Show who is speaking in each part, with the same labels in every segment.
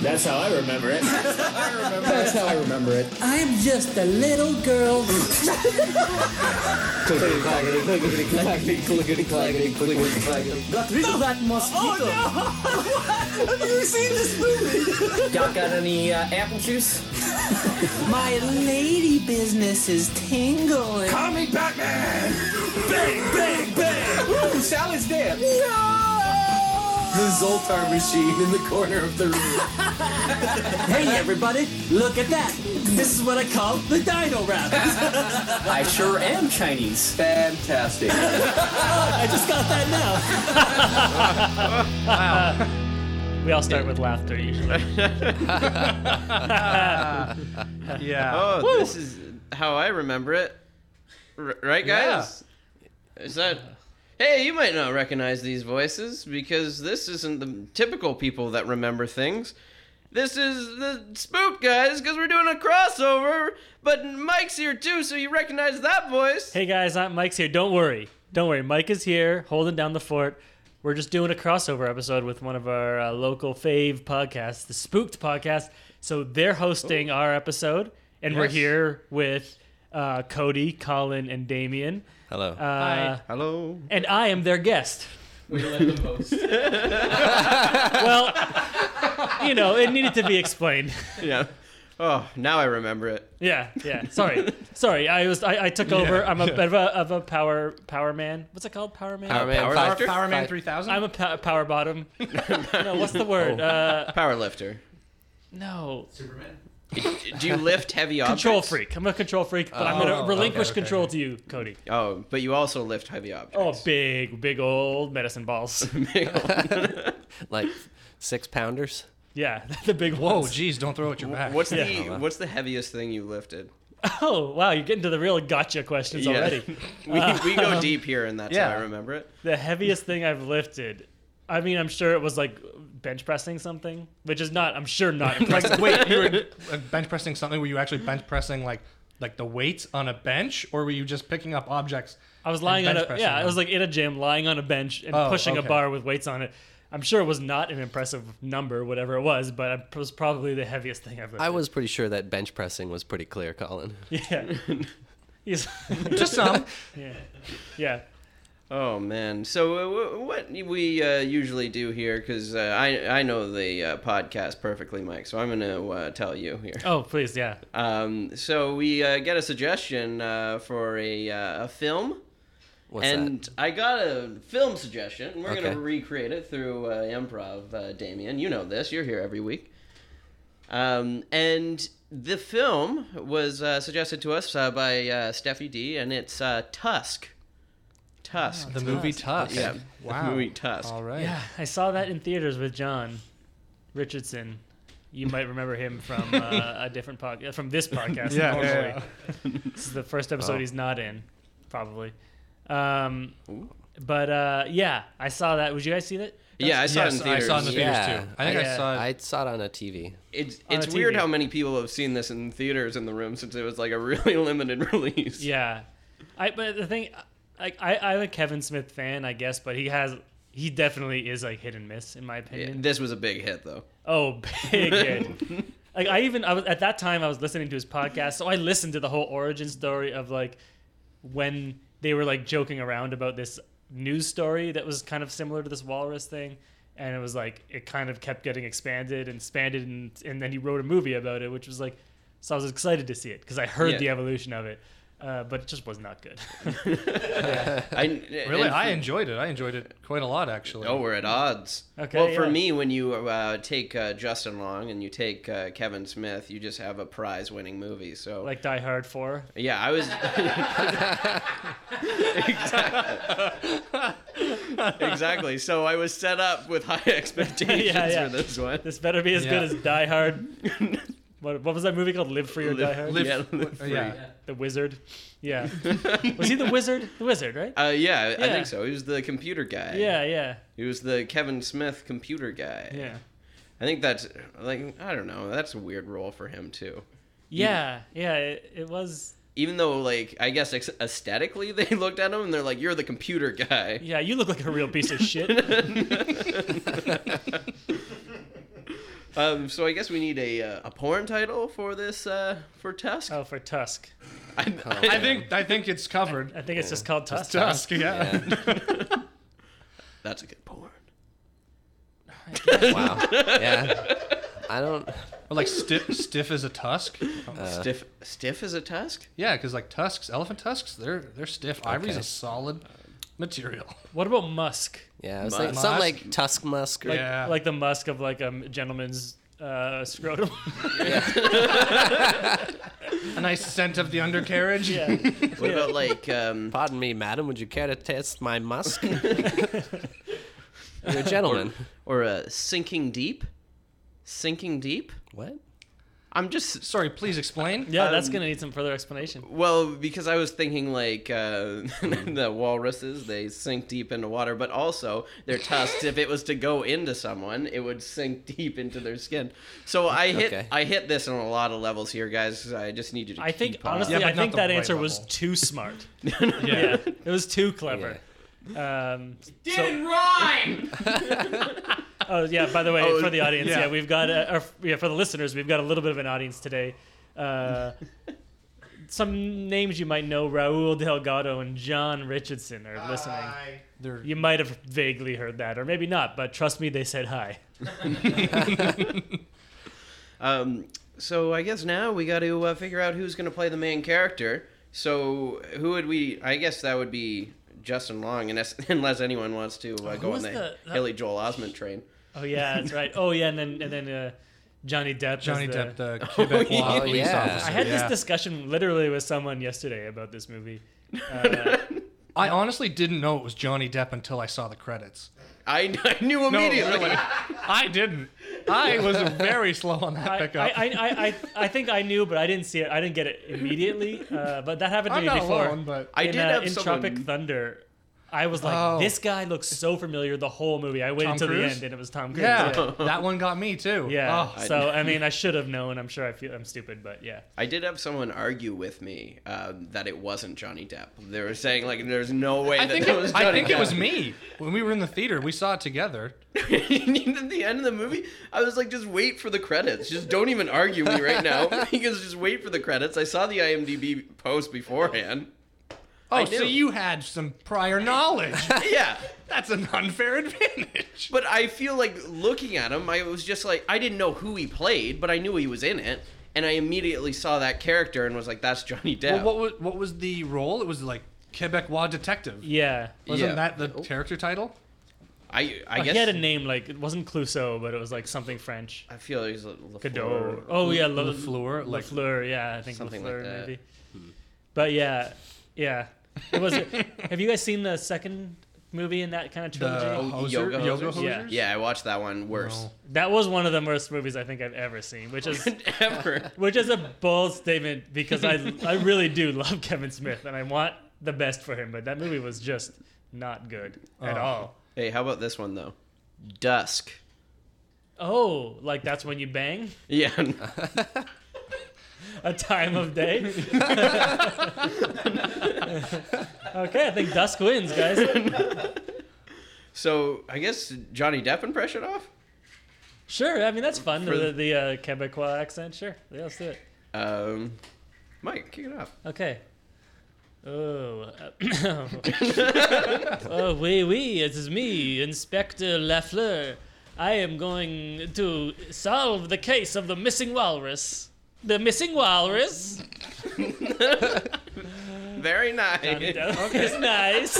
Speaker 1: That's how I remember it.
Speaker 2: That's how I remember it.
Speaker 3: I'm just a little girl.
Speaker 2: Clickety clackety, clickety clackety, clickety clackety, clickety clackety.
Speaker 3: Got rid of that mosquito.
Speaker 4: Y'all got any uh, apple juice?
Speaker 3: My lady business is tingling.
Speaker 5: Call me Batman! Bang, bang, bang!
Speaker 4: Ooh, Sally's dead.
Speaker 2: The Zoltar machine in the corner of the room.
Speaker 3: Hey, everybody, look at that. This is what I call the dino rap.
Speaker 4: I sure am Chinese.
Speaker 2: Fantastic.
Speaker 3: I just got that now.
Speaker 6: We all start with laughter usually. yeah.
Speaker 7: Oh, this is how I remember it. R- right, guys? Is that. Hey, you might not recognize these voices because this isn't the typical people that remember things. This is the spook guys because we're doing a crossover, but Mike's here too, so you recognize that voice.
Speaker 6: Hey guys, Aunt Mike's here. Don't worry. Don't worry. Mike is here holding down the fort. We're just doing a crossover episode with one of our uh, local fave podcasts, the Spooked Podcast. So they're hosting our episode, and we're
Speaker 7: Yes.
Speaker 6: here with uh, Cody, Colin, and Damien.
Speaker 8: Hello.
Speaker 6: Uh,
Speaker 7: Hello.
Speaker 6: And I am their guest.
Speaker 4: We let the host.
Speaker 6: Well, you know, it needed to be explained.
Speaker 7: Yeah. Oh, now I remember it.
Speaker 6: Yeah, yeah. Sorry, sorry. I was I, I took over. I'm a bit of a, of a power power man. What's it called? Power man.
Speaker 8: Power Man
Speaker 7: Power
Speaker 8: five-
Speaker 7: Lifter?
Speaker 8: five-
Speaker 5: Power Man 3000?
Speaker 6: I'm a pow- power bottom. no, what's the word?
Speaker 8: Oh.
Speaker 6: Uh,
Speaker 7: Power lifter.
Speaker 6: no,
Speaker 7: Do you lift heavy objects?
Speaker 6: control freak. I'm a control freak, but I'm gonna
Speaker 8: Oh,
Speaker 6: relinquish
Speaker 8: okay, okay.
Speaker 6: control to you, Cody.
Speaker 7: Oh, but you also lift heavy
Speaker 6: Oh,
Speaker 7: objects.
Speaker 6: big, big old medicine balls.
Speaker 8: Like six pounders.
Speaker 6: yeah, the big
Speaker 5: Oh,
Speaker 6: ones.
Speaker 5: geez, don't throw it at your back.
Speaker 7: What's
Speaker 6: Yeah.
Speaker 7: the what's the heaviest thing you lifted?
Speaker 6: Oh, wow, you're getting to the real gotcha questions
Speaker 7: Yeah.
Speaker 6: already.
Speaker 7: We, we go deep here, and that's how
Speaker 5: yeah.
Speaker 7: I remember it.
Speaker 6: The heaviest thing I've lifted. I mean, I'm sure it was like bench pressing something, which is not. I'm sure not. impressive.
Speaker 5: Like, wait, you were uh, bench pressing something? Were you actually bench pressing, like, like the weights on a bench, or were you just picking up objects?
Speaker 6: I was
Speaker 5: and
Speaker 6: lying on
Speaker 5: bench
Speaker 6: a
Speaker 5: pressing
Speaker 6: yeah, I
Speaker 5: them?
Speaker 6: was like in a gym, lying on a bench and
Speaker 5: Oh,
Speaker 6: pushing a
Speaker 5: okay.
Speaker 6: bar with weights on it. I'm sure it was not an impressive number, whatever it was, but it was probably the heaviest thing I've ever.
Speaker 8: I was pretty sure that bench pressing was pretty clear, Colin.
Speaker 6: yeah, He's-
Speaker 5: just um, some.
Speaker 6: yeah, yeah.
Speaker 7: Oh man! So uh, wh- what we uh, usually do here, because uh, I I know the uh, podcast perfectly, Mike. So I'm gonna uh, tell you here.
Speaker 6: Oh please, yeah.
Speaker 7: Um, so we uh, get a suggestion uh, for a uh, a film,
Speaker 8: What's
Speaker 7: and I got a film suggestion. We're
Speaker 8: Okay.
Speaker 7: gonna recreate it through uh, improv, uh, Damien. You know this. You're here every week. Um, and the film was uh, suggested to us uh, by uh, Steffi D, and it's uh, Tusk. Tusk.
Speaker 8: that? The movie Tusk.
Speaker 7: Yeah.
Speaker 5: Wow.
Speaker 7: The movie Tusk.
Speaker 5: All right.
Speaker 6: Yeah, I saw that in theaters with John Richardson. You might remember him from uh, a different podcast, from this podcast.
Speaker 5: Yeah,
Speaker 6: normally.
Speaker 5: yeah,
Speaker 6: this is the first episode
Speaker 8: Oh.
Speaker 6: he's not in, probably. Um, but uh, yeah, I saw that. Would you guys see that?
Speaker 7: Yeah, I saw
Speaker 5: yes,
Speaker 7: it in theaters.
Speaker 5: I saw it in the theaters
Speaker 8: Yeah.
Speaker 5: too. I think
Speaker 6: Yeah.
Speaker 5: I saw it.
Speaker 8: I saw it on a TV.
Speaker 7: It's
Speaker 6: On
Speaker 7: it's
Speaker 6: the
Speaker 7: weird
Speaker 6: TV.
Speaker 7: how many people have seen this in theaters in the room since it was like a really limited release.
Speaker 6: Yeah, I but the thing, like I, I'm a Kevin Smith fan, I guess, but he has he definitely is like hit and miss in my
Speaker 7: Yeah,
Speaker 6: opinion.
Speaker 7: This was a big hit though.
Speaker 6: Oh, big hit. like I even I was at that time I was listening to his podcast, so I listened to the whole origin story of like when they were like joking around about this news story that was kind of similar to this walrus thing. And it was like it kind of kept getting expanded and expanded, and, and then he wrote a movie about it, which was like, so I was excited to see it because I heard
Speaker 7: Yeah.
Speaker 6: the evolution of it, uh, but it just was not good.
Speaker 7: I
Speaker 5: Really,
Speaker 7: and-
Speaker 5: I enjoyed it. I enjoyed it quite a lot, actually.
Speaker 7: Oh, we're at odds.
Speaker 6: Okay,
Speaker 7: Well, for
Speaker 6: yeah.
Speaker 7: me, when you uh, take uh, Justin Long and you take uh, Kevin Smith, you just have a prize-winning movie. So,
Speaker 6: like Die Hard Four,
Speaker 7: yeah, I was exactly. exactly. So I was set up with high expectations
Speaker 6: Yeah, yeah.
Speaker 7: for this one.
Speaker 6: This better be as
Speaker 5: Yeah.
Speaker 6: good as Die Hard. what, what was that movie called? Live Free or Die Hard?
Speaker 5: Live-
Speaker 7: yeah, live
Speaker 5: Uh,
Speaker 7: free.
Speaker 5: yeah.
Speaker 6: The Wizard. Yeah. Oh, was he the Wizard? The Wizard, right?
Speaker 7: Uh, yeah, I
Speaker 6: Yeah.
Speaker 7: think so. He was the computer guy.
Speaker 6: yeah, yeah,
Speaker 7: He was the Kevin Smith computer guy.
Speaker 6: yeah.
Speaker 7: I think that's like I don't know. That's a weird role for him too.
Speaker 6: Yeah, yeah, it, it was.
Speaker 7: Even though like I guess ex- aesthetically they looked at him and they're like, "You're the computer guy."
Speaker 6: Yeah, you look like a real piece of shit.
Speaker 7: Um, so I guess we need a uh, a porn title for this uh, for Tusk.
Speaker 6: Oh, for Tusk.
Speaker 7: I,
Speaker 5: I think I think it's covered.
Speaker 6: I think it's just called Tusk.
Speaker 5: Tusk, yeah.
Speaker 7: that's a good porn.
Speaker 8: Wow. Yeah. I don't.
Speaker 5: Or like stiff, stiff as a tusk.
Speaker 7: stiff stiff as a tusk.
Speaker 5: Yeah, because like tusks, elephant tusks, they're they're stiff. Ivory's a solid material.
Speaker 6: What about Musk?
Speaker 8: Yeah. I was like,
Speaker 5: Musk?
Speaker 8: something like Tusk Musk. Or,
Speaker 5: yeah,
Speaker 6: Like the Musk of like a gentleman's uh, scrotum.
Speaker 5: a nice scent of the undercarriage.
Speaker 6: yeah.
Speaker 7: What about like um,
Speaker 8: Pardon me, madam. Would you care to test my musk? You're a gentleman.
Speaker 7: or uh, sinking deep? Sinking deep.
Speaker 8: What?
Speaker 7: I'm just
Speaker 5: Sorry, please explain.
Speaker 6: Yeah, that's gonna need some further explanation.
Speaker 7: well because I was thinking like uh, the walruses they sink deep into water, but also their tusks. if it was to go into someone, it would sink deep into their skin. So I hit
Speaker 8: Okay.
Speaker 7: I hit this on a lot of levels here, guys. I just need you to.
Speaker 6: I think
Speaker 7: keep on.
Speaker 6: honestly,
Speaker 5: Yeah, but
Speaker 6: I
Speaker 5: not
Speaker 6: think
Speaker 5: the
Speaker 6: that
Speaker 5: right
Speaker 6: answer was
Speaker 5: level.
Speaker 6: too smart.
Speaker 5: yeah.
Speaker 6: It was too clever. Um,
Speaker 4: Didn't rhyme!
Speaker 6: oh yeah. By the way,
Speaker 7: Oh,
Speaker 6: for the audience, yeah,
Speaker 5: yeah.
Speaker 6: we've got a, or, yeah for the listeners, we've got a little bit of an audience today. Uh, some names you might know: Raul Delgado and John Richardson are listening.
Speaker 5: They're
Speaker 6: You might have vaguely heard that, or maybe not. But trust me, they said hi.
Speaker 7: Um, so I guess now we got to uh, figure out who's going to play the main character. So who would we? I guess that would be Justin Long, unless unless anyone wants to uh, go on
Speaker 6: was
Speaker 7: the,
Speaker 6: the- that-
Speaker 7: Haley Joel Osment train.
Speaker 6: Oh yeah, that's right. Oh yeah, and then and then uh, Johnny Depp. is
Speaker 5: Johnny
Speaker 6: the-
Speaker 5: Depp, the Quebec
Speaker 8: yeah.
Speaker 5: police
Speaker 8: Oh, yeah.
Speaker 5: officer.
Speaker 6: I had
Speaker 5: yeah.
Speaker 6: this discussion literally with someone yesterday about this movie. Uh,
Speaker 5: I honestly didn't know it was Johnny Depp until I saw the credits.
Speaker 7: I, I knew immediately.
Speaker 5: I didn't. I was very slow on that
Speaker 6: I,
Speaker 5: pickup.
Speaker 6: I, I, I, I think I knew, but I didn't see it. I didn't get it immediately. Uh, but that happened to
Speaker 5: am
Speaker 6: me
Speaker 5: not
Speaker 6: before.
Speaker 5: alone, but
Speaker 7: I
Speaker 6: in
Speaker 7: did
Speaker 6: uh,
Speaker 7: have
Speaker 6: in
Speaker 7: someone.
Speaker 6: Tropic Thunder, I was like,
Speaker 5: Oh.
Speaker 6: this guy looks so familiar the whole movie. I waited
Speaker 5: Tom
Speaker 6: until the
Speaker 5: Cruise?
Speaker 6: end, and it was Tom Cruise.
Speaker 5: yeah, that one got me too.
Speaker 6: Yeah.
Speaker 5: Oh,
Speaker 6: so I mean, I should have known. I'm sure I feel I'm stupid, but yeah.
Speaker 7: I did have someone argue with me um, that it wasn't Johnny Depp. They were saying like, "There's no way
Speaker 5: I
Speaker 7: that,
Speaker 5: think
Speaker 7: that
Speaker 5: it,
Speaker 7: was Johnny
Speaker 5: I think
Speaker 7: Depp."
Speaker 5: it was me when we were in the theater. We saw it together.
Speaker 7: At the end of the movie, I was like, just wait for the credits. Just don't even argue me right now because just wait for the credits. I saw the IMDb post beforehand.
Speaker 5: Oh,
Speaker 7: do.
Speaker 5: so you had some prior knowledge.
Speaker 7: Yeah,
Speaker 5: That's an unfair advantage.
Speaker 7: but I feel like looking at him, I was just like, I didn't know who he played, but I knew he was in it, and I immediately saw that character and was like, that's Johnny Depp.
Speaker 5: Well, what was what was the role? It was like Quebecois detective.
Speaker 6: Yeah.
Speaker 5: Wasn't
Speaker 7: Yeah.
Speaker 5: that the character title?
Speaker 7: I I
Speaker 6: Like,
Speaker 7: guess
Speaker 6: He had a name like it wasn't Clouseau, but it was like something French.
Speaker 7: I feel he's a little
Speaker 6: Godot. Oh yeah, Le,
Speaker 5: Lafleur, like-
Speaker 6: Lafleur. Yeah, I think
Speaker 7: Something like
Speaker 6: Lafleur
Speaker 7: that.
Speaker 6: maybe.
Speaker 5: Hmm.
Speaker 6: But yeah, yeah. It was. have you guys seen the second movie in that kind of trilogy?
Speaker 5: The
Speaker 7: Oh,
Speaker 5: Hoser-
Speaker 7: Yoga
Speaker 5: Yoga,
Speaker 7: Hosers?
Speaker 5: Hosers?
Speaker 6: Yeah.
Speaker 7: Yeah, I watched that one worse.
Speaker 5: No.
Speaker 6: That was one of the worst movies I think I've ever seen, which is
Speaker 7: Ever.
Speaker 6: which is a bold statement because I I really do love Kevin Smith and I want the best for him, but that movie was just not good at
Speaker 5: Oh.
Speaker 6: all.
Speaker 7: Hey, how about this one though? Dusk.
Speaker 6: Oh, like that's when you bang?
Speaker 7: Yeah.
Speaker 6: A time of day? okay, I think Dusk wins, guys.
Speaker 7: So I guess Johnny Depp impression off.
Speaker 6: Sure, I mean that's fun.
Speaker 7: For-
Speaker 6: The, the uh, Quebecois accent, sure. Yeah, let's do it.
Speaker 7: Um, Mike, kick it off.
Speaker 6: Okay. Oh. uh, oh, oui, oui, it is me, Inspector Lafleur. I am going to solve the case of the missing walrus. The missing walrus?
Speaker 7: Very nice.
Speaker 6: It's nice.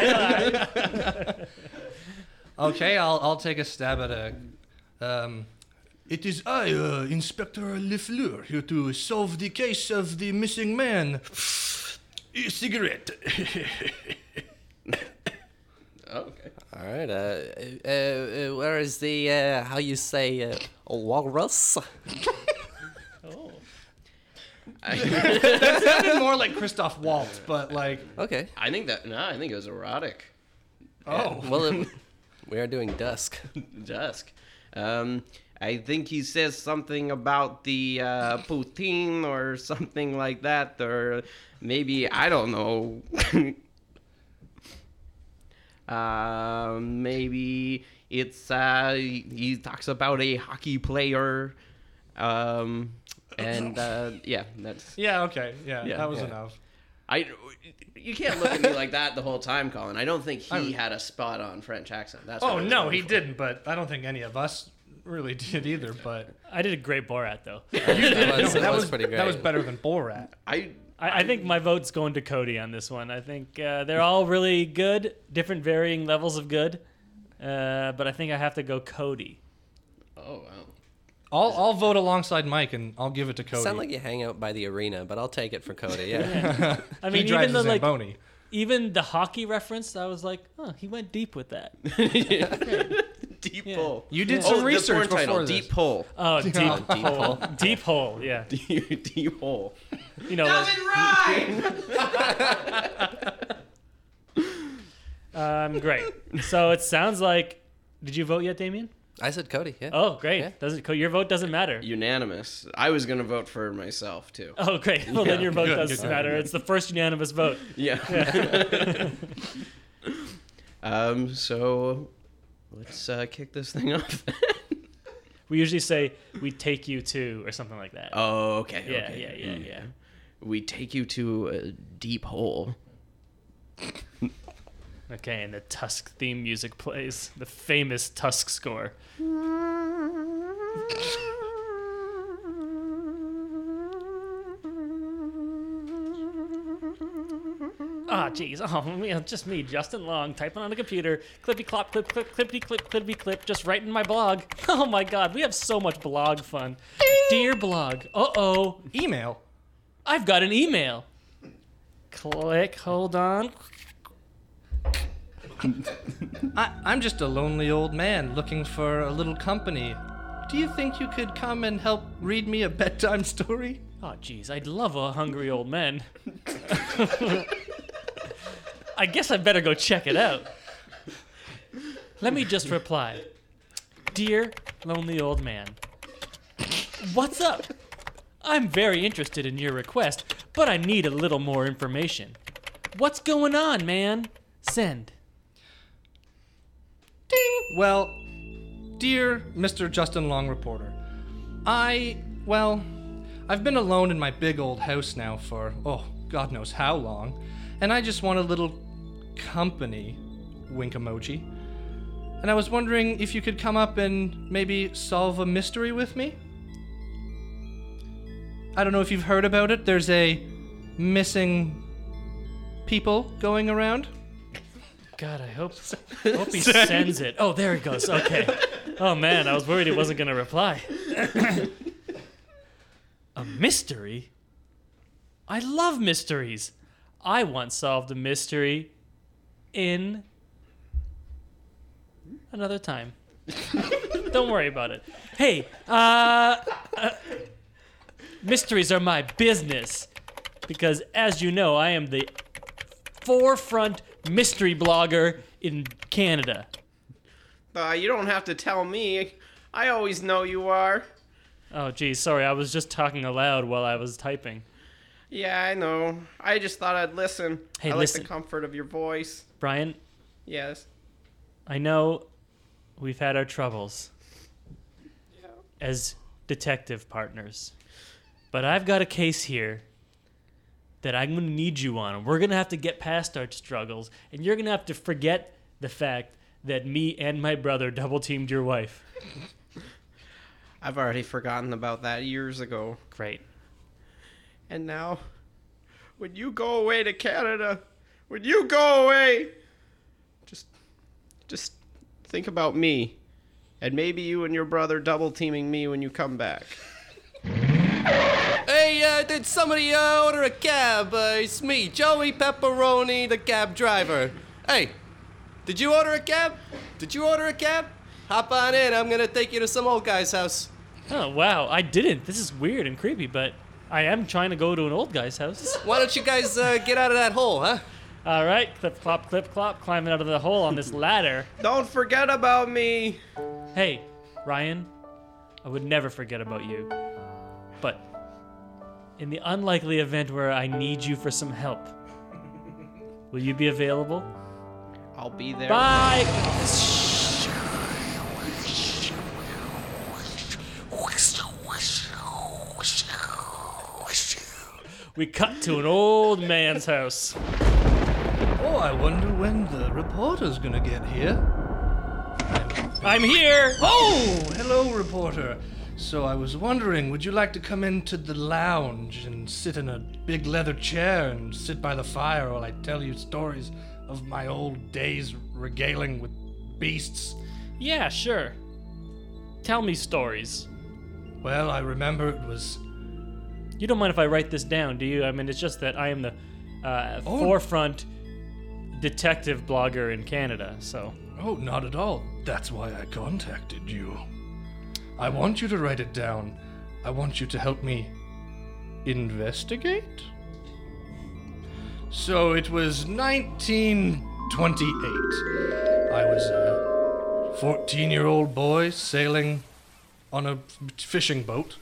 Speaker 6: I like.
Speaker 5: Okay, I'll I'll take a stab at a. Um, it is I, uh, Inspector Lefleur, here to solve the case of the missing man. Cigarette.
Speaker 7: Okay.
Speaker 8: All right. Uh, uh, uh, where is the uh, how you say uh, walrus?
Speaker 6: Oh.
Speaker 5: Sounded more like Christoph Waltz, but like
Speaker 8: Okay.
Speaker 7: I think that no, I think it was erotic.
Speaker 5: oh,
Speaker 8: Well, it, we are doing dusk.
Speaker 7: Dusk. Um, I think he says something about the uh, poutine or something like that, or maybe I don't know. um, Uh, maybe It's uh, he he talks about a hockey player, um, and uh, yeah, that's
Speaker 5: Yeah, okay. Yeah,
Speaker 7: Yeah,
Speaker 5: that was
Speaker 7: yeah.
Speaker 5: enough.
Speaker 7: I. You can't look at me like that the whole time, Colin. I don't think he had a spot on French accent. That's what
Speaker 5: Oh,
Speaker 7: I was
Speaker 5: no,
Speaker 7: going
Speaker 5: he
Speaker 7: for.
Speaker 5: didn't, but I don't think any of us really did either, but
Speaker 6: I did a great Borat though.
Speaker 8: That was,
Speaker 5: No,
Speaker 8: that was pretty great.
Speaker 5: That was better than Borat.
Speaker 7: I
Speaker 6: I, I think my vote's going to Cody on this one. I think uh, they're all really good, different varying levels of good, uh, but I think I have to go Cody.
Speaker 7: oh wow.
Speaker 5: I'll, I'll vote alongside Mike and I'll give it to Cody.
Speaker 8: Sound like you hang out by the arena, but I'll take it for Cody. Yeah.
Speaker 6: I
Speaker 5: he
Speaker 6: mean,
Speaker 5: drives
Speaker 6: even the
Speaker 5: a
Speaker 6: like,
Speaker 5: Zamboni.
Speaker 6: even the hockey reference, I was like, oh, he went deep with that.
Speaker 7: Deep pull.
Speaker 5: You did
Speaker 7: oh,
Speaker 5: some research
Speaker 7: the porn
Speaker 5: before
Speaker 7: title,
Speaker 5: this.
Speaker 7: Deep pull.
Speaker 6: Oh, deep,
Speaker 5: Oh,
Speaker 8: deep
Speaker 6: hole, deep hole. Yeah,
Speaker 7: deep hole.
Speaker 6: you know. like- Um, great. So it sounds like. Did you vote yet, Damien?
Speaker 8: I said Cody. Yeah.
Speaker 6: Oh, great.
Speaker 8: Yeah.
Speaker 6: Doesn't co- your vote doesn't matter.
Speaker 7: Unanimous. I was gonna vote for myself too.
Speaker 6: Oh, great. Well, then
Speaker 7: Yeah.
Speaker 6: your vote
Speaker 5: Good,
Speaker 6: does
Speaker 5: good,
Speaker 6: matter. It's the first unanimous vote.
Speaker 7: Yeah. um. So, let's uh, kick this thing off.
Speaker 6: We usually say we take you to or something like that.
Speaker 7: oh, okay.
Speaker 6: yeah,
Speaker 7: okay.
Speaker 6: yeah, yeah, yeah.
Speaker 7: We take you to a deep hole.
Speaker 6: Okay, and the Tusk theme music plays the famous Tusk score. Ah, jeez. Oh, man, just me, Justin Long, typing on a computer. Clippy clop, clip, clip, clippity clip, clippity clip, just writing my blog. Oh my god, we have so much blog fun. Dear blog, uh oh,
Speaker 5: Email.
Speaker 6: I've got an email. Click, hold on.
Speaker 5: I, I'm just a lonely old man looking for a little company. Do you think you could come and help read me a bedtime story?
Speaker 6: Oh, jeez, I'd love a hungry old man. I guess I better go check it out. Let me just reply Dear lonely old man, what's up? I'm very interested in your request, but I need a little more information. What's going on, man? Send.
Speaker 5: Well, dear Mr. Justin Long reporter, I, well, I've been alone in my big old house now for, oh, God knows how long, and I just want a little company, wink emoji. And I was wondering if you could come up and maybe solve a mystery with me? I don't know if you've heard about it. There's a missing people going around.
Speaker 6: God, I hope, hope he sends it. Oh, there it goes. Okay. Oh man, I was worried he wasn't gonna reply. a mystery? I love mysteries. I once solved a mystery in another time. Don't worry about it. Hey, uh, uh, mysteries are my business because, as you know, I am the forefront mystery blogger in Canada.
Speaker 7: Uh, you don't have to tell me. I always know you are.
Speaker 6: Oh, geez, sorry, I was just talking aloud while I was typing.
Speaker 7: Yeah, I know. I just thought I'd listen.
Speaker 6: Hey,
Speaker 7: I
Speaker 6: listen.
Speaker 7: like the comfort of your voice.
Speaker 6: Brian,
Speaker 7: Yes.
Speaker 6: I know we've had our troubles as detective partners, but I've got a case here that I'm going to need you on. We're going to have to get past our struggles, and you're going to have to forget the fact that me and my brother double teamed your wife.
Speaker 7: I've already forgotten about that years ago.
Speaker 6: Great.
Speaker 7: And now, when you go away to Canada, when you go away, just, just think about me, and maybe you and your brother double teaming me when you come back.
Speaker 8: Hey, uh, did somebody uh, order a cab? Uh, it's me, Joey Pepperoni, the cab driver. Hey, did you order a cab? Did you order a cab? Hop on in. I'm gonna take you to some old guy's house.
Speaker 6: Oh wow, I didn't. This is weird and creepy, but I am trying to go to an old guy's house.
Speaker 8: Why don't you guys uh, get out of that hole, huh?
Speaker 6: All right, clip clop, clip clop, climbing out of the hole on this ladder.
Speaker 7: Don't forget about me.
Speaker 6: Hey, Ryan, I would never forget about you. But in the unlikely event where I need you for some help, will you be available?
Speaker 7: I'll be there.
Speaker 6: Bye. we cut to an old man's house.
Speaker 5: Oh, I wonder when the reporter's gonna get here.
Speaker 6: I'm here.
Speaker 5: Oh, hello, reporter. So I was wondering, would you like to come into the lounge and sit in a big leather chair and sit by the fire while I tell you stories of my old days regaling with beasts?
Speaker 6: Yeah, sure. Tell me stories.
Speaker 5: Well, I remember it was
Speaker 6: You don't mind if I write this down, do you? I mean, it's just that I am the uh,
Speaker 5: Oh.
Speaker 6: forefront detective blogger in Canada, so.
Speaker 5: Oh, not at all. That's why I contacted you. I want you to write it down. I want you to help me investigate. So it was 1928. I was a 14 year old boy sailing on a fishing boat,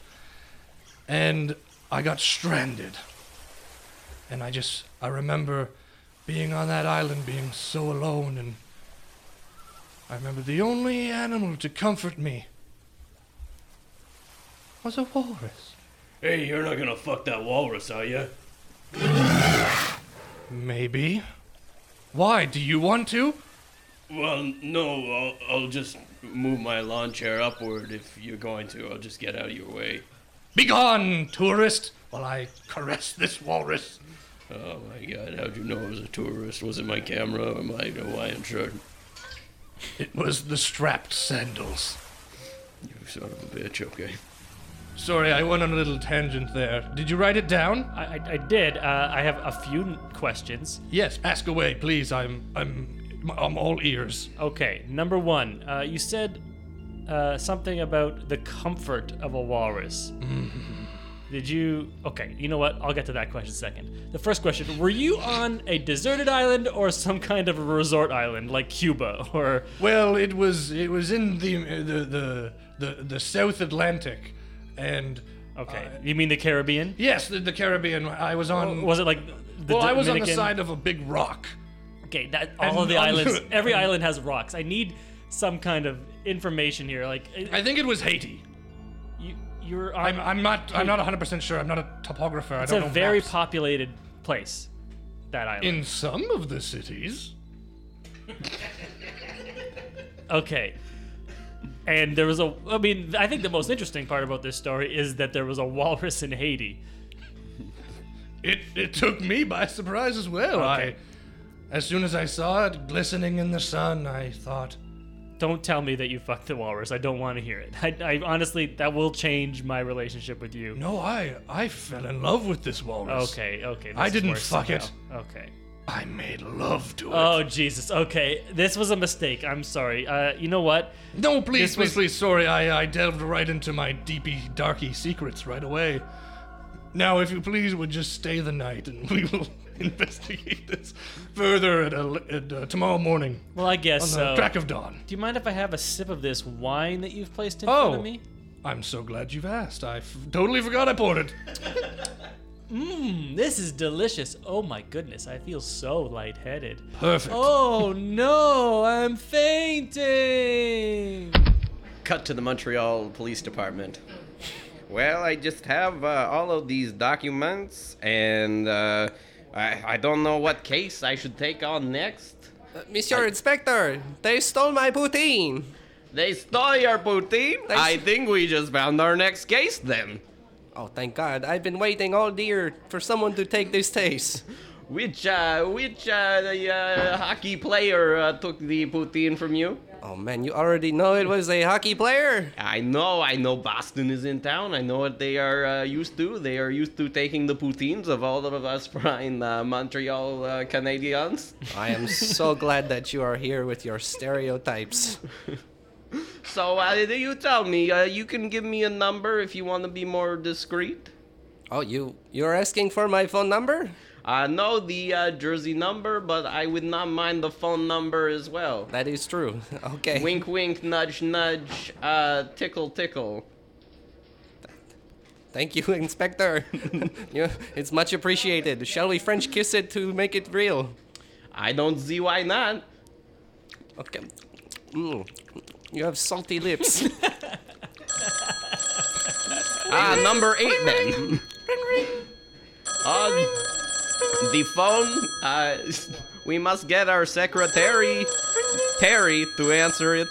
Speaker 5: and I got stranded. And I just, I remember being on that island, being so alone and I remember the only animal to comfort me was a walrus.
Speaker 1: Hey, you're not gonna fuck that walrus, are you?
Speaker 5: Maybe. Why? Do you want to?
Speaker 1: Well, no, I'll, I'll just move my lawn chair upward if you're going to. I'll just get out of your way.
Speaker 5: Begone, tourist, while I caress this walrus.
Speaker 1: Oh my god, how'd you know I was a tourist? Was it my camera or my Hawaiian shirt?
Speaker 5: It was the strapped sandals.
Speaker 1: You son of a bitch, okay.
Speaker 5: Sorry, I went on a little tangent there. Did you write it down?
Speaker 6: I, I, I did. Uh, I have a few n- questions.
Speaker 5: Yes, ask away, please. I'm I'm I'm all ears.
Speaker 6: Okay, number one, uh, you said uh, something about the comfort of a walrus.
Speaker 5: Mm-hmm.
Speaker 6: Did you? Okay, you know what? I'll get to that question second. The first question: Were you on a deserted island or some kind of a resort island like Cuba or?
Speaker 5: Well, it was it was in the the the the, the South Atlantic and
Speaker 6: Okay,
Speaker 5: Uh,
Speaker 6: you mean the Caribbean?
Speaker 5: yes, the, the Caribbean. I was on
Speaker 6: Oh, Was it like? The
Speaker 5: well, I was on the
Speaker 6: Dominican-
Speaker 5: side of a big rock.
Speaker 6: Okay, that all of
Speaker 5: And
Speaker 6: the
Speaker 5: on-
Speaker 6: islands. Every island has rocks. I need some kind of information here. Like
Speaker 5: I think it was Haiti.
Speaker 6: you, you're on.
Speaker 5: I'm, I'm not. I'm not 100 percent sure. I'm not a topographer. I
Speaker 6: it's
Speaker 5: don't
Speaker 6: a
Speaker 5: know
Speaker 6: very
Speaker 5: maps.
Speaker 6: populated place. That island.
Speaker 5: in some of the cities.
Speaker 6: Okay. And there was a. I mean, I think the most interesting part about this story is that there was a walrus in Haiti.
Speaker 5: It it took me by surprise as well. I,
Speaker 6: Okay.
Speaker 5: as soon as I saw it glistening in the sun, I thought,
Speaker 6: Don't tell me that you fucked the walrus. I don't want to hear it. I, I honestly, that will change my relationship with you.
Speaker 5: no, I I fell in love with this walrus.
Speaker 6: Okay, okay.
Speaker 5: I
Speaker 6: this is
Speaker 5: didn't
Speaker 6: worse
Speaker 5: fuck it.
Speaker 6: somehow. Okay.
Speaker 5: I made love to it.
Speaker 6: Oh Jesus. Okay, this was a mistake. I'm sorry. Uh, you know what?
Speaker 5: no, please,
Speaker 6: this was-
Speaker 5: please, please. Sorry, I I delved right into my deepy darky secrets right away. Now, if you please, would just stay the night, and we will investigate this further at, a, at uh, tomorrow morning.
Speaker 6: Well, I guess
Speaker 5: on the
Speaker 6: so.
Speaker 5: Oh, crack of dawn.
Speaker 6: Do you mind if I have a sip of this wine that you've placed in front
Speaker 5: Oh.
Speaker 6: of me?
Speaker 5: I'm so glad you've asked. I f- totally forgot I poured it.
Speaker 6: This is delicious. Oh my goodness, I feel so lightheaded.
Speaker 5: Perfect.
Speaker 6: Oh no, I'm fainting.
Speaker 7: Cut to the Montreal Police Department. Well, I just have uh, all of these documents, and uh, I, I don't know what case I should take on next.
Speaker 8: Monsieur Uh, Inspector, they stole my poutine.
Speaker 7: They stole your poutine. I think we just found our next case then.
Speaker 8: Oh, thank God. I've been waiting all year for someone to take this taste.
Speaker 7: Which uh, which uh, the, uh, hockey player uh, took the poutine from you?
Speaker 8: Oh, man, you already know it was a hockey player?
Speaker 7: I know, I know Boston is in town. I know what they are uh, used to. They are used to taking the poutines of all of us fine uh, Montreal uh, Canadians.
Speaker 8: I am so glad that you are here with your stereotypes.
Speaker 7: So uh, you tell me, uh, you can give me a number if you want to be more discreet.
Speaker 8: Oh, you you're asking for my phone number?
Speaker 7: I know the uh, jersey number, but I would not mind the phone number as well.
Speaker 8: That is true. Okay.
Speaker 7: Wink, wink, nudge, nudge, uh, tickle, tickle.
Speaker 8: Thank you, Inspector. You- it's much appreciated. Shall we French kiss it to make it real?
Speaker 7: I don't see why not.
Speaker 8: Okay. Mm. You have salty lips.
Speaker 7: Ah, number eight then. on the phone. Uh, we must get our secretary, Terry, to answer it.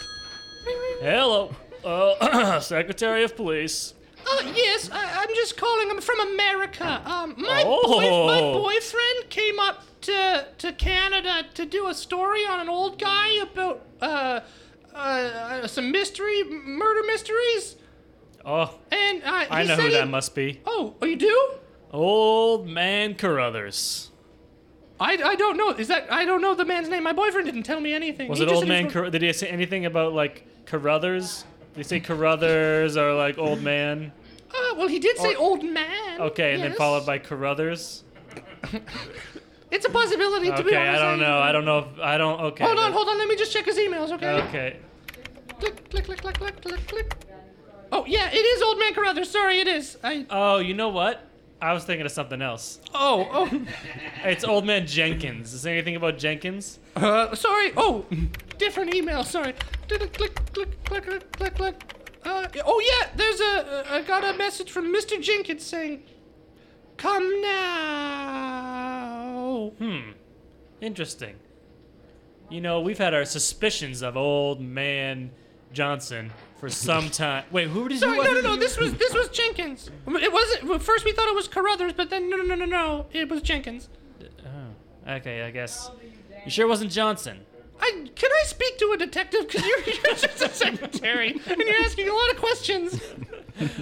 Speaker 6: Hello, uh, Secretary of Police.
Speaker 9: Oh, yes, I, I'm just calling. I'm from America. Um, my, boy, my
Speaker 6: Oh.
Speaker 9: boyfriend came up to, to Canada to do a story on an old guy about uh, uh, uh, some mystery, murder mysteries.
Speaker 6: Oh,
Speaker 9: And uh, he
Speaker 6: I know
Speaker 9: said
Speaker 6: who
Speaker 9: he-
Speaker 6: that must be.
Speaker 9: Oh, oh, you do?
Speaker 6: Old Man Carruthers.
Speaker 9: I, I don't know. Is that I don't know the man's name. My boyfriend didn't tell me anything.
Speaker 6: Was
Speaker 9: He
Speaker 6: it
Speaker 9: just
Speaker 6: Old
Speaker 9: said he
Speaker 6: Man?
Speaker 9: was
Speaker 6: Car- did he say anything about like Carruthers? They say Carruthers are like old man.
Speaker 9: from- uh, well, he did say old man.
Speaker 6: Oh. Okay, and then
Speaker 9: yes.
Speaker 6: followed by Carruthers.
Speaker 9: It's a possibility. To be
Speaker 6: Okay,
Speaker 9: honest,
Speaker 6: I don't know. I don't know. If, I don't. Okay.
Speaker 9: Hold on,
Speaker 6: then-
Speaker 9: hold on. Let me just check his emails. Okay.
Speaker 6: Okay.
Speaker 9: Click, click, click, click, click, click, click. Oh yeah, it is Old Man Carruthers. Sorry, it is. I.
Speaker 6: Oh, you know what? I was thinking of something else.
Speaker 9: Oh oh.
Speaker 6: It's Old Man Jenkins. Is there anything about Jenkins?
Speaker 9: Uh, sorry. Oh, different email. Sorry. Click, click, click, click, click, click, click. Uh, oh yeah, there's a. I got a message from Mr. Jenkins saying, "Come now."
Speaker 6: Hmm. Interesting. You know, we've had our suspicions of Old Man Johnson for some time. Wait, who did
Speaker 9: Sorry,
Speaker 6: who-
Speaker 9: no, no, no. This was this was Jenkins. It wasn't. well, First we thought it was Carruthers, but then no, no, no, no, no. It was Jenkins.
Speaker 6: Oh, Okay, I guess. You sure it wasn't Johnson?
Speaker 9: I can I speak to a detective? Because you're, you're just a secretary and you're asking a lot of questions.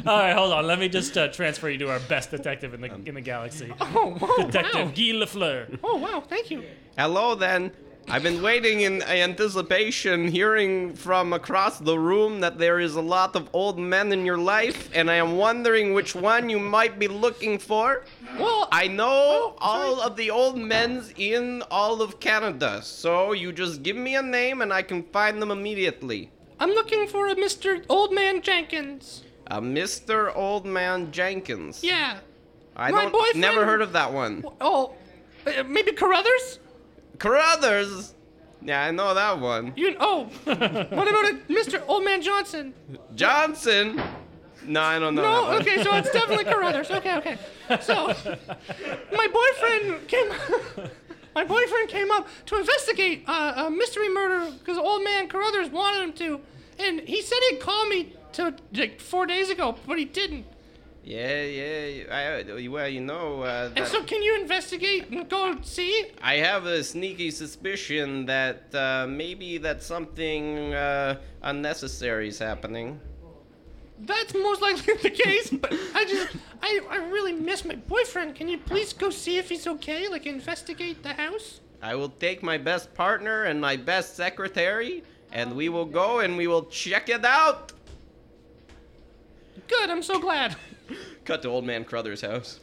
Speaker 6: All right, hold on. Let me just uh, transfer you to our best detective in the in the galaxy,
Speaker 9: Oh, wow,
Speaker 6: Detective
Speaker 9: wow.
Speaker 6: Guy Lafleur.
Speaker 9: Oh, wow. Thank you.
Speaker 7: Hello, then. I've been waiting in anticipation, hearing from across the room that there is a lot of old men in your life, and I am wondering which one you might be looking for.
Speaker 9: Well,
Speaker 7: I know all of the old men's in all of Canada, so you just give me a name and I can find them immediately.
Speaker 9: I'm looking for a Mr. Old Man Jenkins.
Speaker 7: Uh, Mr. Old Man Jenkins.
Speaker 9: Yeah.
Speaker 7: I
Speaker 9: my
Speaker 7: don't
Speaker 9: boyfriend-
Speaker 7: never heard of that one.
Speaker 9: Oh, uh, maybe Carruthers?
Speaker 7: Carruthers. Yeah, I know that one.
Speaker 9: You oh. what about a Mr. Old Man Johnson?
Speaker 7: Johnson. No, I don't know. that
Speaker 9: No,
Speaker 7: one.
Speaker 9: okay, so it's definitely Carruthers. Okay, okay. So, my boyfriend came. my boyfriend came up to investigate uh, a mystery murder because old man Carruthers wanted him to, and he said he'd call me to like four days ago, but he didn't.
Speaker 7: Yeah, yeah. I, well, you know, uh,
Speaker 9: And
Speaker 7: that-
Speaker 9: so, can you investigate and go see?
Speaker 7: I have a sneaky suspicion that uh, maybe that something uh, unnecessary is happening.
Speaker 9: That's most likely the case. But I just, I, I really miss my boyfriend. Can you please go see if he's okay? Like investigate the house.
Speaker 7: I will take my best partner and my best secretary, and we will go and we will check it out.
Speaker 9: Good. I'm so glad.
Speaker 7: Cut to old man Crother's house.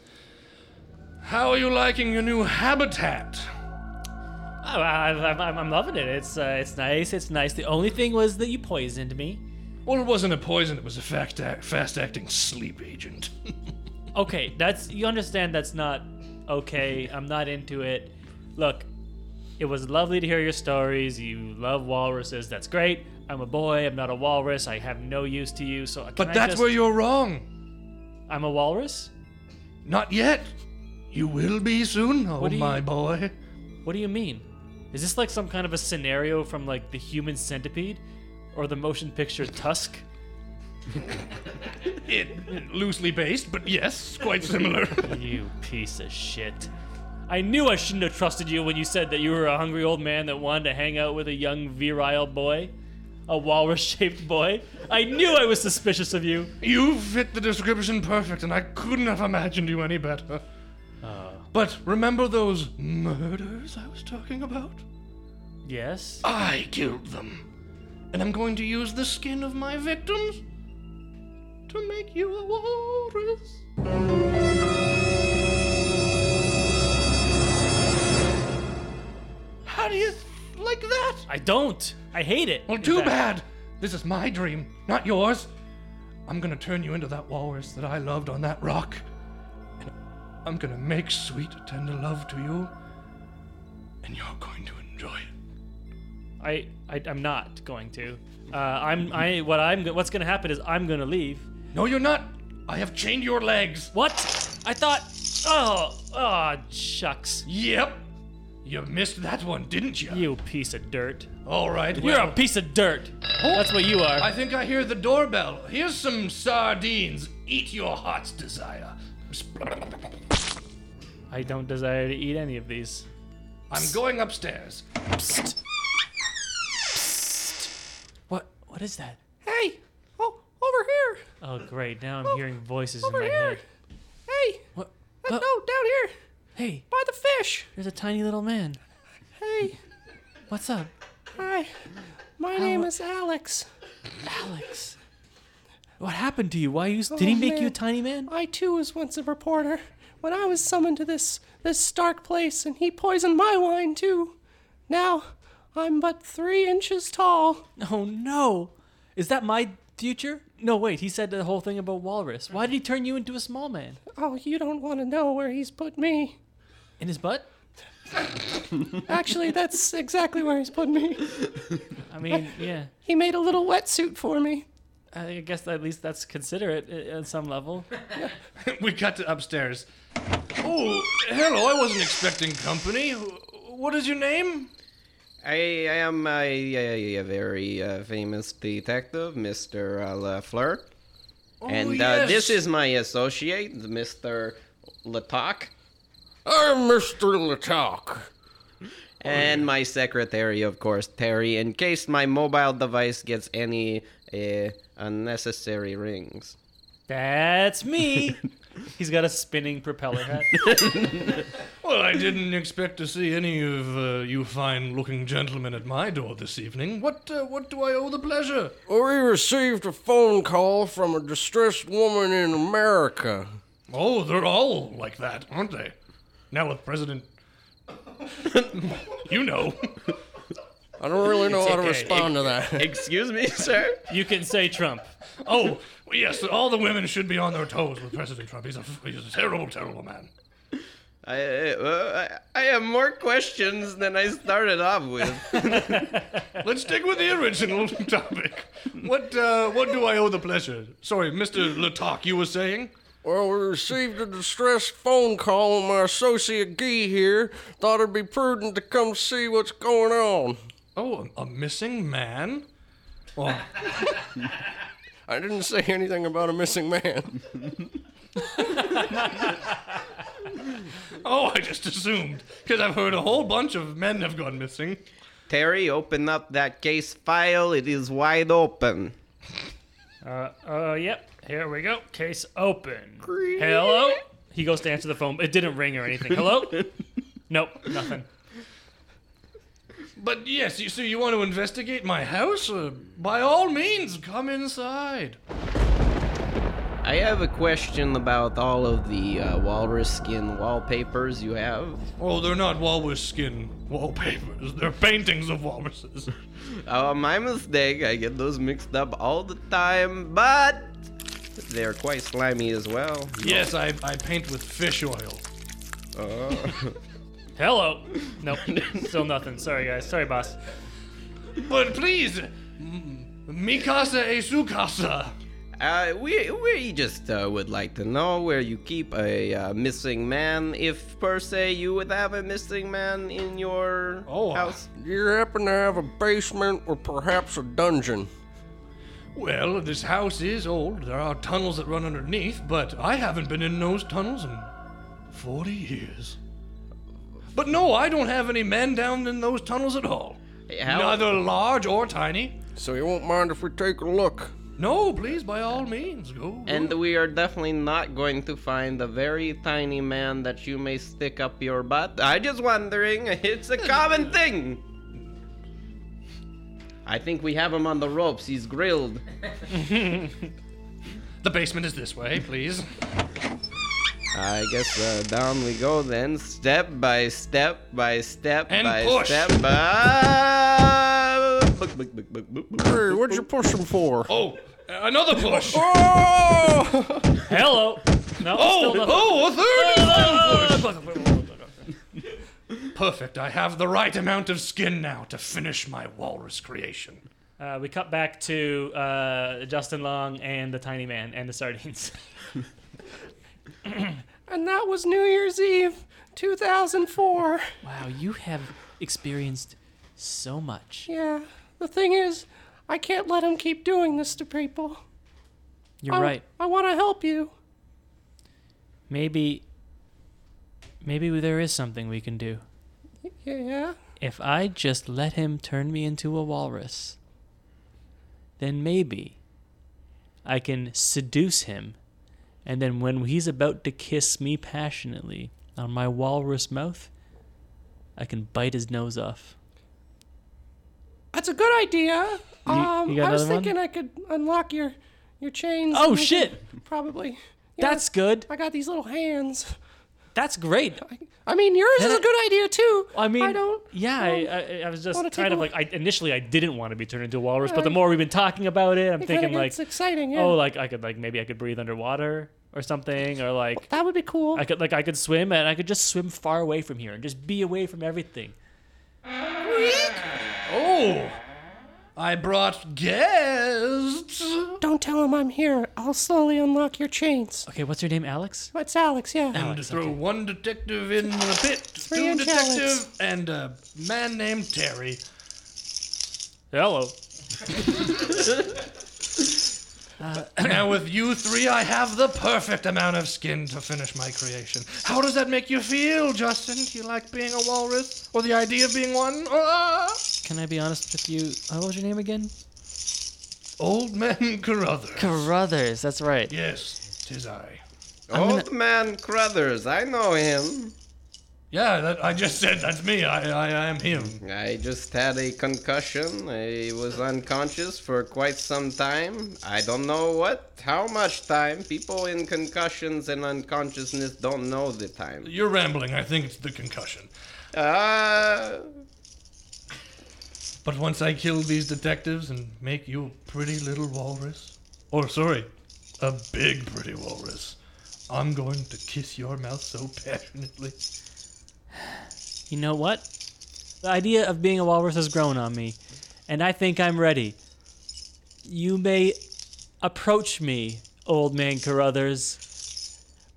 Speaker 5: How are you liking your new habitat?
Speaker 6: Oh, I, I, I'm, I'm loving it. It's uh, it's nice. It's nice. The only thing was that you poisoned me.
Speaker 5: Well, it wasn't a poison, it was a fact act, fast acting sleep agent.
Speaker 6: Okay, that's you understand. That's not okay. I'm not into it. Look, it was lovely to hear your stories. You love walruses. That's great. I'm a boy. I'm not a walrus. I have no use to you. So, can
Speaker 5: But
Speaker 6: I
Speaker 5: that's
Speaker 6: just-
Speaker 5: where you're wrong.
Speaker 6: I'm a walrus.
Speaker 5: Not yet. You will be soon, oh
Speaker 6: do you-
Speaker 5: my boy.
Speaker 6: What do you mean? Is this like some kind of a scenario from like the Human Centipede, or the motion picture Tusk?
Speaker 5: It loosely based, but yes, quite similar.
Speaker 6: You piece of shit. I knew I shouldn't have trusted you when you said that you were a hungry old man that wanted to hang out with a young virile boy, a walrus shaped boy. I knew I was suspicious of you.
Speaker 5: you fit the description perfect, and I couldn't have imagined you any better. But remember those murders I was talking about?
Speaker 6: Yes?
Speaker 5: I killed them. And I'm going to use the skin of my victims to make you a walrus. How do you like that?
Speaker 6: I don't. I hate it.
Speaker 5: Well,
Speaker 6: in
Speaker 5: too
Speaker 6: fact.
Speaker 5: bad. This is my dream, not yours. I'm gonna turn you into that walrus that I loved on that rock. And I'm gonna make sweet, tender love to you. And you're going to enjoy it.
Speaker 6: I, I I'm not going to. Uh, I'm I what I'm go- what's gonna happen is I'm gonna leave.
Speaker 5: No, you're not. I have chained your legs.
Speaker 6: What? I thought Oh, oh, shucks.
Speaker 5: Yep. You missed that one, didn't you?
Speaker 6: You piece of dirt.
Speaker 5: All right.
Speaker 6: You're
Speaker 5: well, Oh.
Speaker 6: a piece of dirt. That's what you are.
Speaker 5: I think I hear the doorbell. Here's some sardines. Eat your heart's desire.
Speaker 6: I don't desire to eat any of these.
Speaker 5: I'm going upstairs.
Speaker 6: What? What is that?
Speaker 9: Hey, oh, over here.
Speaker 6: Oh, great. Now I'm hearing voices in
Speaker 9: over
Speaker 6: my
Speaker 9: here.
Speaker 6: head.
Speaker 9: Hey,
Speaker 6: What?
Speaker 9: uh, no,
Speaker 6: what?
Speaker 9: down here
Speaker 6: Hey,
Speaker 9: by the fish.
Speaker 6: there's a tiny little man.
Speaker 9: Hey,
Speaker 6: What's up?
Speaker 9: hi. My name is Alex.
Speaker 6: Alex. What happened to you? Why you? Did he
Speaker 9: Oh,
Speaker 6: make you a
Speaker 9: man.
Speaker 6: tiny man?
Speaker 9: I too was once a reporter. When I was summoned to this this stark place, and he poisoned my wine too. Now I'm but three inches tall.
Speaker 6: Oh no! Is that my future? No, wait. He said the whole thing about walrus. Why did he turn you into a small man?
Speaker 9: Oh, you don't want to know where he's put me.
Speaker 6: In his butt?
Speaker 9: Actually, that's exactly where he's put me.
Speaker 6: I mean, yeah.
Speaker 9: He made a little wetsuit for me.
Speaker 6: I guess at least that's considerate uh, at some level.
Speaker 5: we got to upstairs. Oh, hello. I wasn't expecting company. Wh- What is your name?
Speaker 7: I, I am a, a, a very uh, famous detective, Mr. Uh, Lafleur. and uh, this
Speaker 5: Oh, yes.
Speaker 7: is my associate, Mr. Latok.
Speaker 5: Uh,
Speaker 8: I'm Mr. Latok.
Speaker 7: And my secretary, of course, Terry, in case my mobile device gets any uh, unnecessary rings.
Speaker 6: That's me. He's got a spinning propeller hat.
Speaker 5: Well, I didn't expect to see any of uh, you fine-looking gentlemen at my door this evening. What uh, what do I owe the pleasure?
Speaker 8: Well, we received a phone call from a distressed woman in America.
Speaker 5: Oh, they're all like that, aren't they? Now with President, you know.
Speaker 8: I don't really know how to respond to that.
Speaker 7: Excuse me, sir?
Speaker 6: You can say Trump.
Speaker 5: Oh, yes, all the women should be on their toes with President Trump. He's a, he's a terrible, terrible man.
Speaker 7: I, uh, I I have more questions than I started off with.
Speaker 5: Let's stick with the original topic. What uh, what do I owe the pleasure? Sorry, Mr. Latok, you were saying?
Speaker 8: Well, we received a distressed phone call, and my associate Guy here thought it'd be prudent to come see what's going on.
Speaker 5: Oh, a, a missing man? Oh,
Speaker 8: I didn't say anything about a missing man.
Speaker 5: oh I just assumed. Because I've heard a whole bunch of men have gone missing.
Speaker 7: Terry, open up that case file. It is wide open.
Speaker 6: Uh, uh, yep. Here we go. Case open. Hello. He goes to answer the phone. It didn't ring or anything. Hello. nope. Nothing.
Speaker 5: But yes, you, so you want to investigate my house? Uh, by all means, come inside.
Speaker 7: I have a question about all of the uh, walrus skin wallpapers you have.
Speaker 5: Oh, they're not walrus skin wallpapers. They're paintings of walruses.
Speaker 7: Oh, my mistake. I get those mixed up all the time, but they're quite slimy as well.
Speaker 5: yes, I, I paint with fish oil.
Speaker 6: Hello. Nope. Still nothing. Sorry guys. Sorry boss.
Speaker 5: But please, m- mi casa e su casa.
Speaker 7: Uh, we we just uh, would like to know where you keep a uh, missing man, if per se you would have a missing man in your
Speaker 5: Oh, uh,
Speaker 7: house.
Speaker 8: Do you happen to have a basement or perhaps a dungeon?
Speaker 5: Well, this house is old. There are tunnels that run underneath, but I haven't been in those tunnels in 40 years. But no, I don't have any men down in those tunnels at all.
Speaker 7: How-
Speaker 5: Neither large or tiny.
Speaker 8: So you won't mind if we take a look.
Speaker 5: No, please, by all means, go.
Speaker 7: And we are definitely not going to find a very tiny man that you may stick up your butt. I just wondering, it's a common thing. I think we have him on the ropes. He's grilled.
Speaker 5: the basement is this way, please.
Speaker 7: I guess uh, down we go then, step by step by step
Speaker 5: And
Speaker 7: by
Speaker 5: push.
Speaker 7: step. By... Book, book, book, book, book, book.
Speaker 8: Hey, what'd you push him for?
Speaker 5: Oh, another push. Oh,
Speaker 8: Oh!
Speaker 6: Hello. No. Still nothing.
Speaker 5: oh, a third
Speaker 7: Uh,
Speaker 5: and final push.
Speaker 6: Oh!
Speaker 5: Perfect. I have the right amount of skin now to finish my walrus creation.
Speaker 6: Uh, we cut back to uh, Justin Long and the tiny man and the sardines.
Speaker 9: And that was New Year's Eve, 2004.
Speaker 6: Wow, you have experienced so much.
Speaker 9: Yeah, the thing is, I can't let him keep doing this to people.
Speaker 6: You're
Speaker 9: I-
Speaker 6: right.
Speaker 9: I want to help you.
Speaker 6: Maybe maybe there is something we can do.
Speaker 9: Yeah.
Speaker 6: If I just let him turn me into a walrus, then maybe I can seduce him. And then when he's about to kiss me passionately on my walrus mouth, I can bite his nose off.
Speaker 9: That's a good idea.
Speaker 6: You-
Speaker 9: um,
Speaker 6: you got
Speaker 9: I was
Speaker 6: another one?
Speaker 9: thinking I could unlock your your chains.
Speaker 6: Oh,
Speaker 9: and I
Speaker 6: shit.
Speaker 9: could Probably. Yeah,
Speaker 6: That's good.
Speaker 9: I got these little hands.
Speaker 6: That's great.
Speaker 9: I mean, yours
Speaker 6: Then
Speaker 9: is
Speaker 6: I-
Speaker 9: a good idea too.
Speaker 6: I mean,
Speaker 9: I don't.
Speaker 6: yeah,
Speaker 10: I,
Speaker 6: I,
Speaker 10: I, I was just
Speaker 9: Wanna take
Speaker 10: kind of
Speaker 9: a
Speaker 10: like I, initially I didn't want to be turned into a walrus, but
Speaker 9: Yeah,
Speaker 10: the
Speaker 9: I-
Speaker 10: more we've been talking about it, I'm
Speaker 9: It
Speaker 10: thinking
Speaker 9: kinda
Speaker 10: like,
Speaker 9: gets exciting. Yeah.
Speaker 10: oh, like I could like maybe I could breathe underwater or something, or like
Speaker 9: that would be cool.
Speaker 10: I could like I could swim and I could just swim far away from here and just be away from everything.
Speaker 5: Oh, I brought guests.
Speaker 9: Don't tell him I'm here. I'll slowly unlock your chains.
Speaker 6: okay, what's your name, Alex?
Speaker 9: Oh, It's Alex. Yeah.
Speaker 5: And to throw one detective in the pit, two
Speaker 9: inch Alex.
Speaker 5: detective, and a man named Terry.
Speaker 10: Hello.
Speaker 5: Now, with you three, I have the perfect amount of skin to finish my creation. How does that make you feel, Justin? Do you like being a walrus? Or the idea of being one? Ah!
Speaker 6: Can I be honest with you?
Speaker 10: Oh,
Speaker 6: What was your name again?
Speaker 5: Old man Carruthers.
Speaker 6: Carruthers, that's right.
Speaker 5: Yes, tis I.
Speaker 7: Old man Crothers, I know him.
Speaker 5: Yeah, that, I just said that's me. I, I, I am him.
Speaker 7: I just had a concussion. I was unconscious for quite some time. I don't know what, how much time. People in concussions and unconsciousness don't know the time.
Speaker 5: You're rambling. I think it's the concussion.
Speaker 7: Uh,
Speaker 5: But once I kill these detectives and make you a pretty little walrus, or sorry, a big pretty walrus, I'm going to kiss your mouth so passionately.
Speaker 6: You know what? The idea of being a walrus has grown on me, and I think I'm ready. You may approach me, old man Carruthers.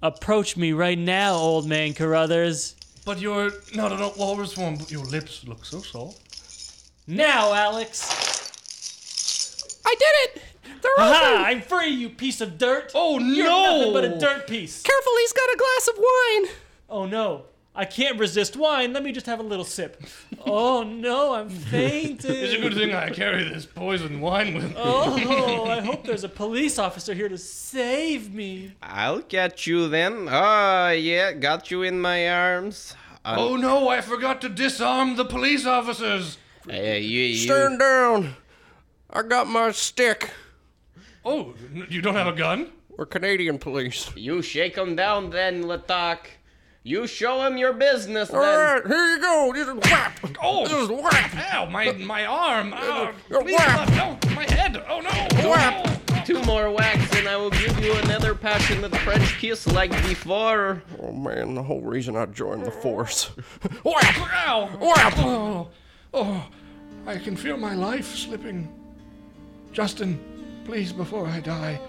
Speaker 6: Approach me right now, old man Carruthers.
Speaker 5: But you're not an old walrus one, but your lips look so soft.
Speaker 6: Now, Alex!
Speaker 9: I did it. They're open.
Speaker 6: Aha! I'm free, you piece of dirt!
Speaker 5: Oh
Speaker 6: You're
Speaker 5: no!
Speaker 6: nothing but a dirt piece!
Speaker 9: Careful, he's got a glass of wine.
Speaker 6: Oh no, I can't resist wine. Let me just have a little sip. Oh no, I'm
Speaker 5: It's a
Speaker 6: fainting.
Speaker 5: good thing I carry this poison wine with me.
Speaker 6: Oh, I hope there's a police officer here to save me.
Speaker 7: I'll catch you then. Ah, yeah, got you in my arms. Uh,
Speaker 5: Oh no, I forgot to disarm the police officers!
Speaker 7: uh, you, you-
Speaker 9: Turn down. I got my stick.
Speaker 5: Oh, n- you don't have a gun?
Speaker 9: We're Canadian police.
Speaker 7: You shake him down then, Latak. You show him your business then.
Speaker 9: All right, here you go. This is whap.
Speaker 5: Oh.
Speaker 9: This is whap.
Speaker 5: Ow, my my arm! Ow,
Speaker 9: Uh,
Speaker 5: please,
Speaker 9: whap.
Speaker 5: no, my head! Oh no!
Speaker 9: Whap.
Speaker 7: Two more whacks and I will give you another passionate French kiss like before.
Speaker 9: Oh man, the whole reason I joined the force. Whap.
Speaker 5: Ow!
Speaker 9: Whap.
Speaker 5: Oh, oh, I can feel my life slipping. Justin, please, before I die,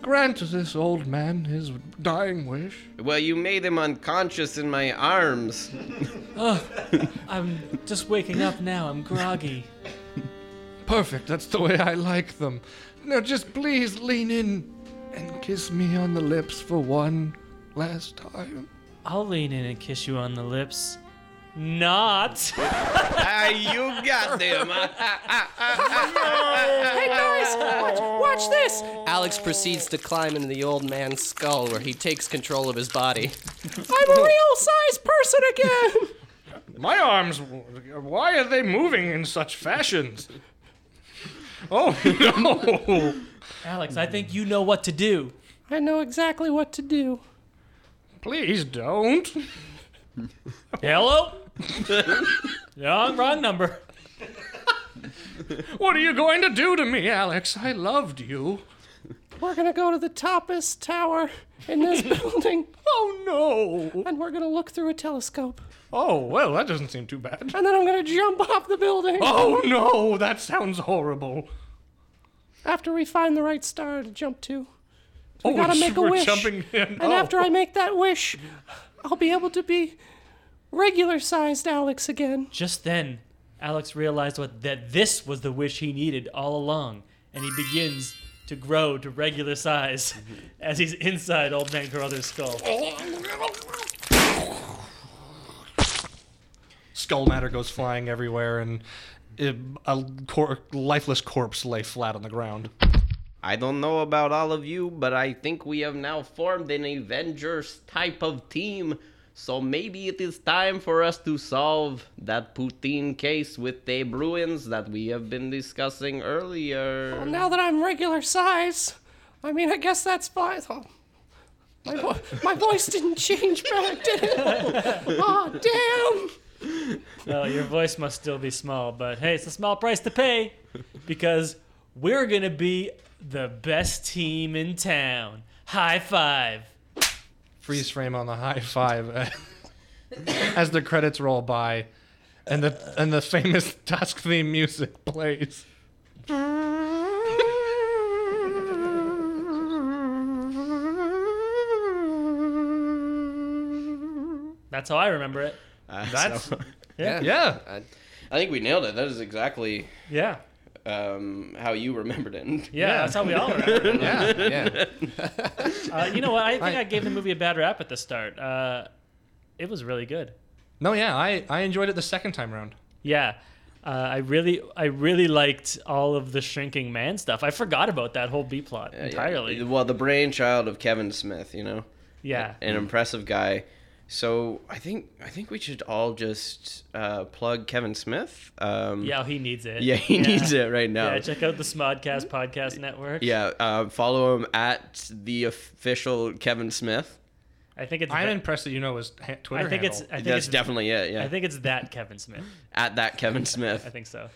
Speaker 5: grant this old man his dying wish.
Speaker 7: Well, you made him unconscious in my arms.
Speaker 6: I'm just waking up now. I'm groggy.
Speaker 5: Perfect, that's the way I like them. Now just please lean in and kiss me on the lips for one last time.
Speaker 6: I'll lean in and kiss you on the lips. Not.
Speaker 7: Ah, you got him.
Speaker 9: Hey guys, watch, watch this.
Speaker 8: Alex proceeds to climb into the old man's skull where he takes control of his body.
Speaker 9: I'm a real sized person again.
Speaker 5: My arms, why are they moving in such fashions? Oh no!
Speaker 6: Alex, I think you know what to do.
Speaker 9: I know exactly what to do.
Speaker 5: Please don't.
Speaker 10: Hello. wrong, wrong number.
Speaker 5: What are you going to do to me, Alex? I loved you.
Speaker 9: We're gonna go to the toppest tower in this building,
Speaker 5: Oh no!
Speaker 9: and we're gonna look through a telescope,
Speaker 5: Oh well, that doesn't seem too bad.
Speaker 9: and then I'm gonna jump off the building
Speaker 5: Oh no, that sounds horrible.
Speaker 9: after we find the right star to jump to.
Speaker 11: I gotta
Speaker 5: Oh,
Speaker 9: we're-
Speaker 11: make a
Speaker 9: we're
Speaker 11: wish.
Speaker 9: jumping in.
Speaker 11: And after I make that wish, I'll be able to be regular sized Alex again.
Speaker 6: Just then, Alex realized what, that this was the wish he needed all along, and he begins to grow to regular size as he's inside Old Man Carruthers' skull.
Speaker 5: Oh. Skull matter goes flying everywhere, and uh, a cor- lifeless corpse lay flat on the ground.
Speaker 7: I don't know about all of you, but I think we have now formed an Avengers type of team. So maybe it is time for us to solve that Putin case with the Bruins that we have been discussing earlier.
Speaker 11: Well, now that I'm regular size, I mean, I guess that's fine. Oh, my, vo- my voice didn't change back, did it? Oh,
Speaker 6: well, Oh, your voice must still be small, but hey, it's a small price to pay because we're going to be the best team in town. High five.
Speaker 5: Freeze frame on the high five uh, as the credits roll by, and the and the famous Tusk theme music plays.
Speaker 6: That's how I remember it. That's yeah.
Speaker 7: I, Uh, I think we nailed it. That is exactly
Speaker 6: Yeah.
Speaker 7: um, how you remembered it. Yeah,
Speaker 6: that's how we all remember it.
Speaker 7: yeah.
Speaker 6: Uh, you know what? I think
Speaker 5: I-
Speaker 6: I gave the movie a bad rap at the start. Uh, it was really good.
Speaker 5: No, yeah, I I enjoyed it the second time round.
Speaker 6: Yeah. Uh, I really, I really liked all of the shrinking man stuff. I forgot about that whole B plot
Speaker 7: Yeah, yeah.
Speaker 6: entirely.
Speaker 7: Well, the brainchild of Kevin Smith, you know.
Speaker 6: Yeah.
Speaker 7: An impressive guy. So I think I think we should all just uh, plug Kevin Smith. Um,
Speaker 6: Yeah, he needs it.
Speaker 7: Yeah, he needs it right now.
Speaker 6: Yeah, check out the Smodcast Podcast Network.
Speaker 7: Yeah, uh, follow him at the official Kevin Smith.
Speaker 6: I think it's.
Speaker 5: I'm
Speaker 6: that-
Speaker 5: impressed that you know his ha- Twitter.
Speaker 6: I think it's.
Speaker 5: handle.
Speaker 6: I think
Speaker 7: That's
Speaker 6: it's,
Speaker 7: definitely it. Yeah,
Speaker 6: I think it's that Kevin Smith.
Speaker 7: at that Kevin Smith.
Speaker 6: I think so.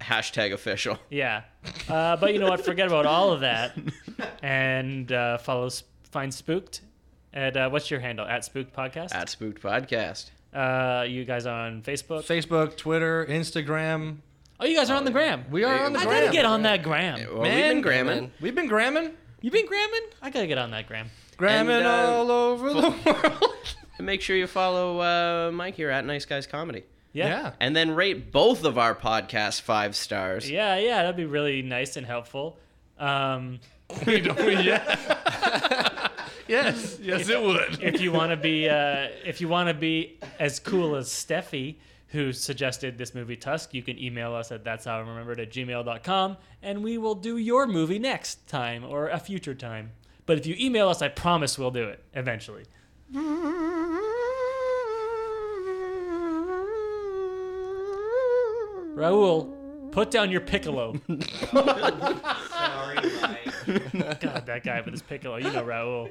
Speaker 7: Hashtag official.
Speaker 6: Yeah, uh, but you know what? Forget about all of that, and uh, follow Sp- find Spooked. And uh, what's your handle? At Spooked Podcast.
Speaker 7: At Spooked Podcast.
Speaker 6: Uh, you guys on Facebook?
Speaker 5: Facebook, Twitter, Instagram.
Speaker 6: Oh, you guys are on the gram.
Speaker 5: We are on the
Speaker 6: I
Speaker 5: gram.
Speaker 6: gotta get on that gram.
Speaker 7: Well, we've been gramming.
Speaker 5: We've been gramming.
Speaker 6: You been gramming? I gotta get on that gram.
Speaker 5: Gramming
Speaker 7: And, uh,
Speaker 5: all over the world.
Speaker 7: And make sure you follow uh, Mike here at Nice Guys Comedy.
Speaker 5: Yeah.
Speaker 7: And then rate both of our podcasts five stars.
Speaker 6: Yeah, yeah, that'd be really nice and helpful. Um,
Speaker 5: Yes, yes, it would.
Speaker 6: if you want to be, uh, if you want to be as cool as Steffi, who suggested this movie Tusk, you can email us at that's how I remembered at gmail.com, and we will do your movie next time or a future time. But if you email us, I promise we'll do it eventually. Raul, put down your piccolo. God, that guy with his piccolo. You know Raul.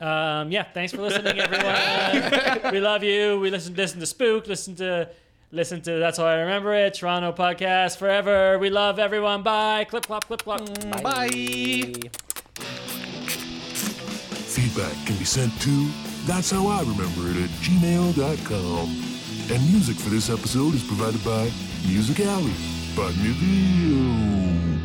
Speaker 6: Um, yeah, thanks for listening, everyone. we love you. We listen, listen to Spook. Listen to, listen to. That's all I remember it. Toronto podcast forever. We love everyone. Bye. Clip clop. Clip clop.
Speaker 4: Bye.
Speaker 12: Feedback can be sent to that's how I remember it at gmail.com. And music for this episode is provided by Music Alley by Nivio.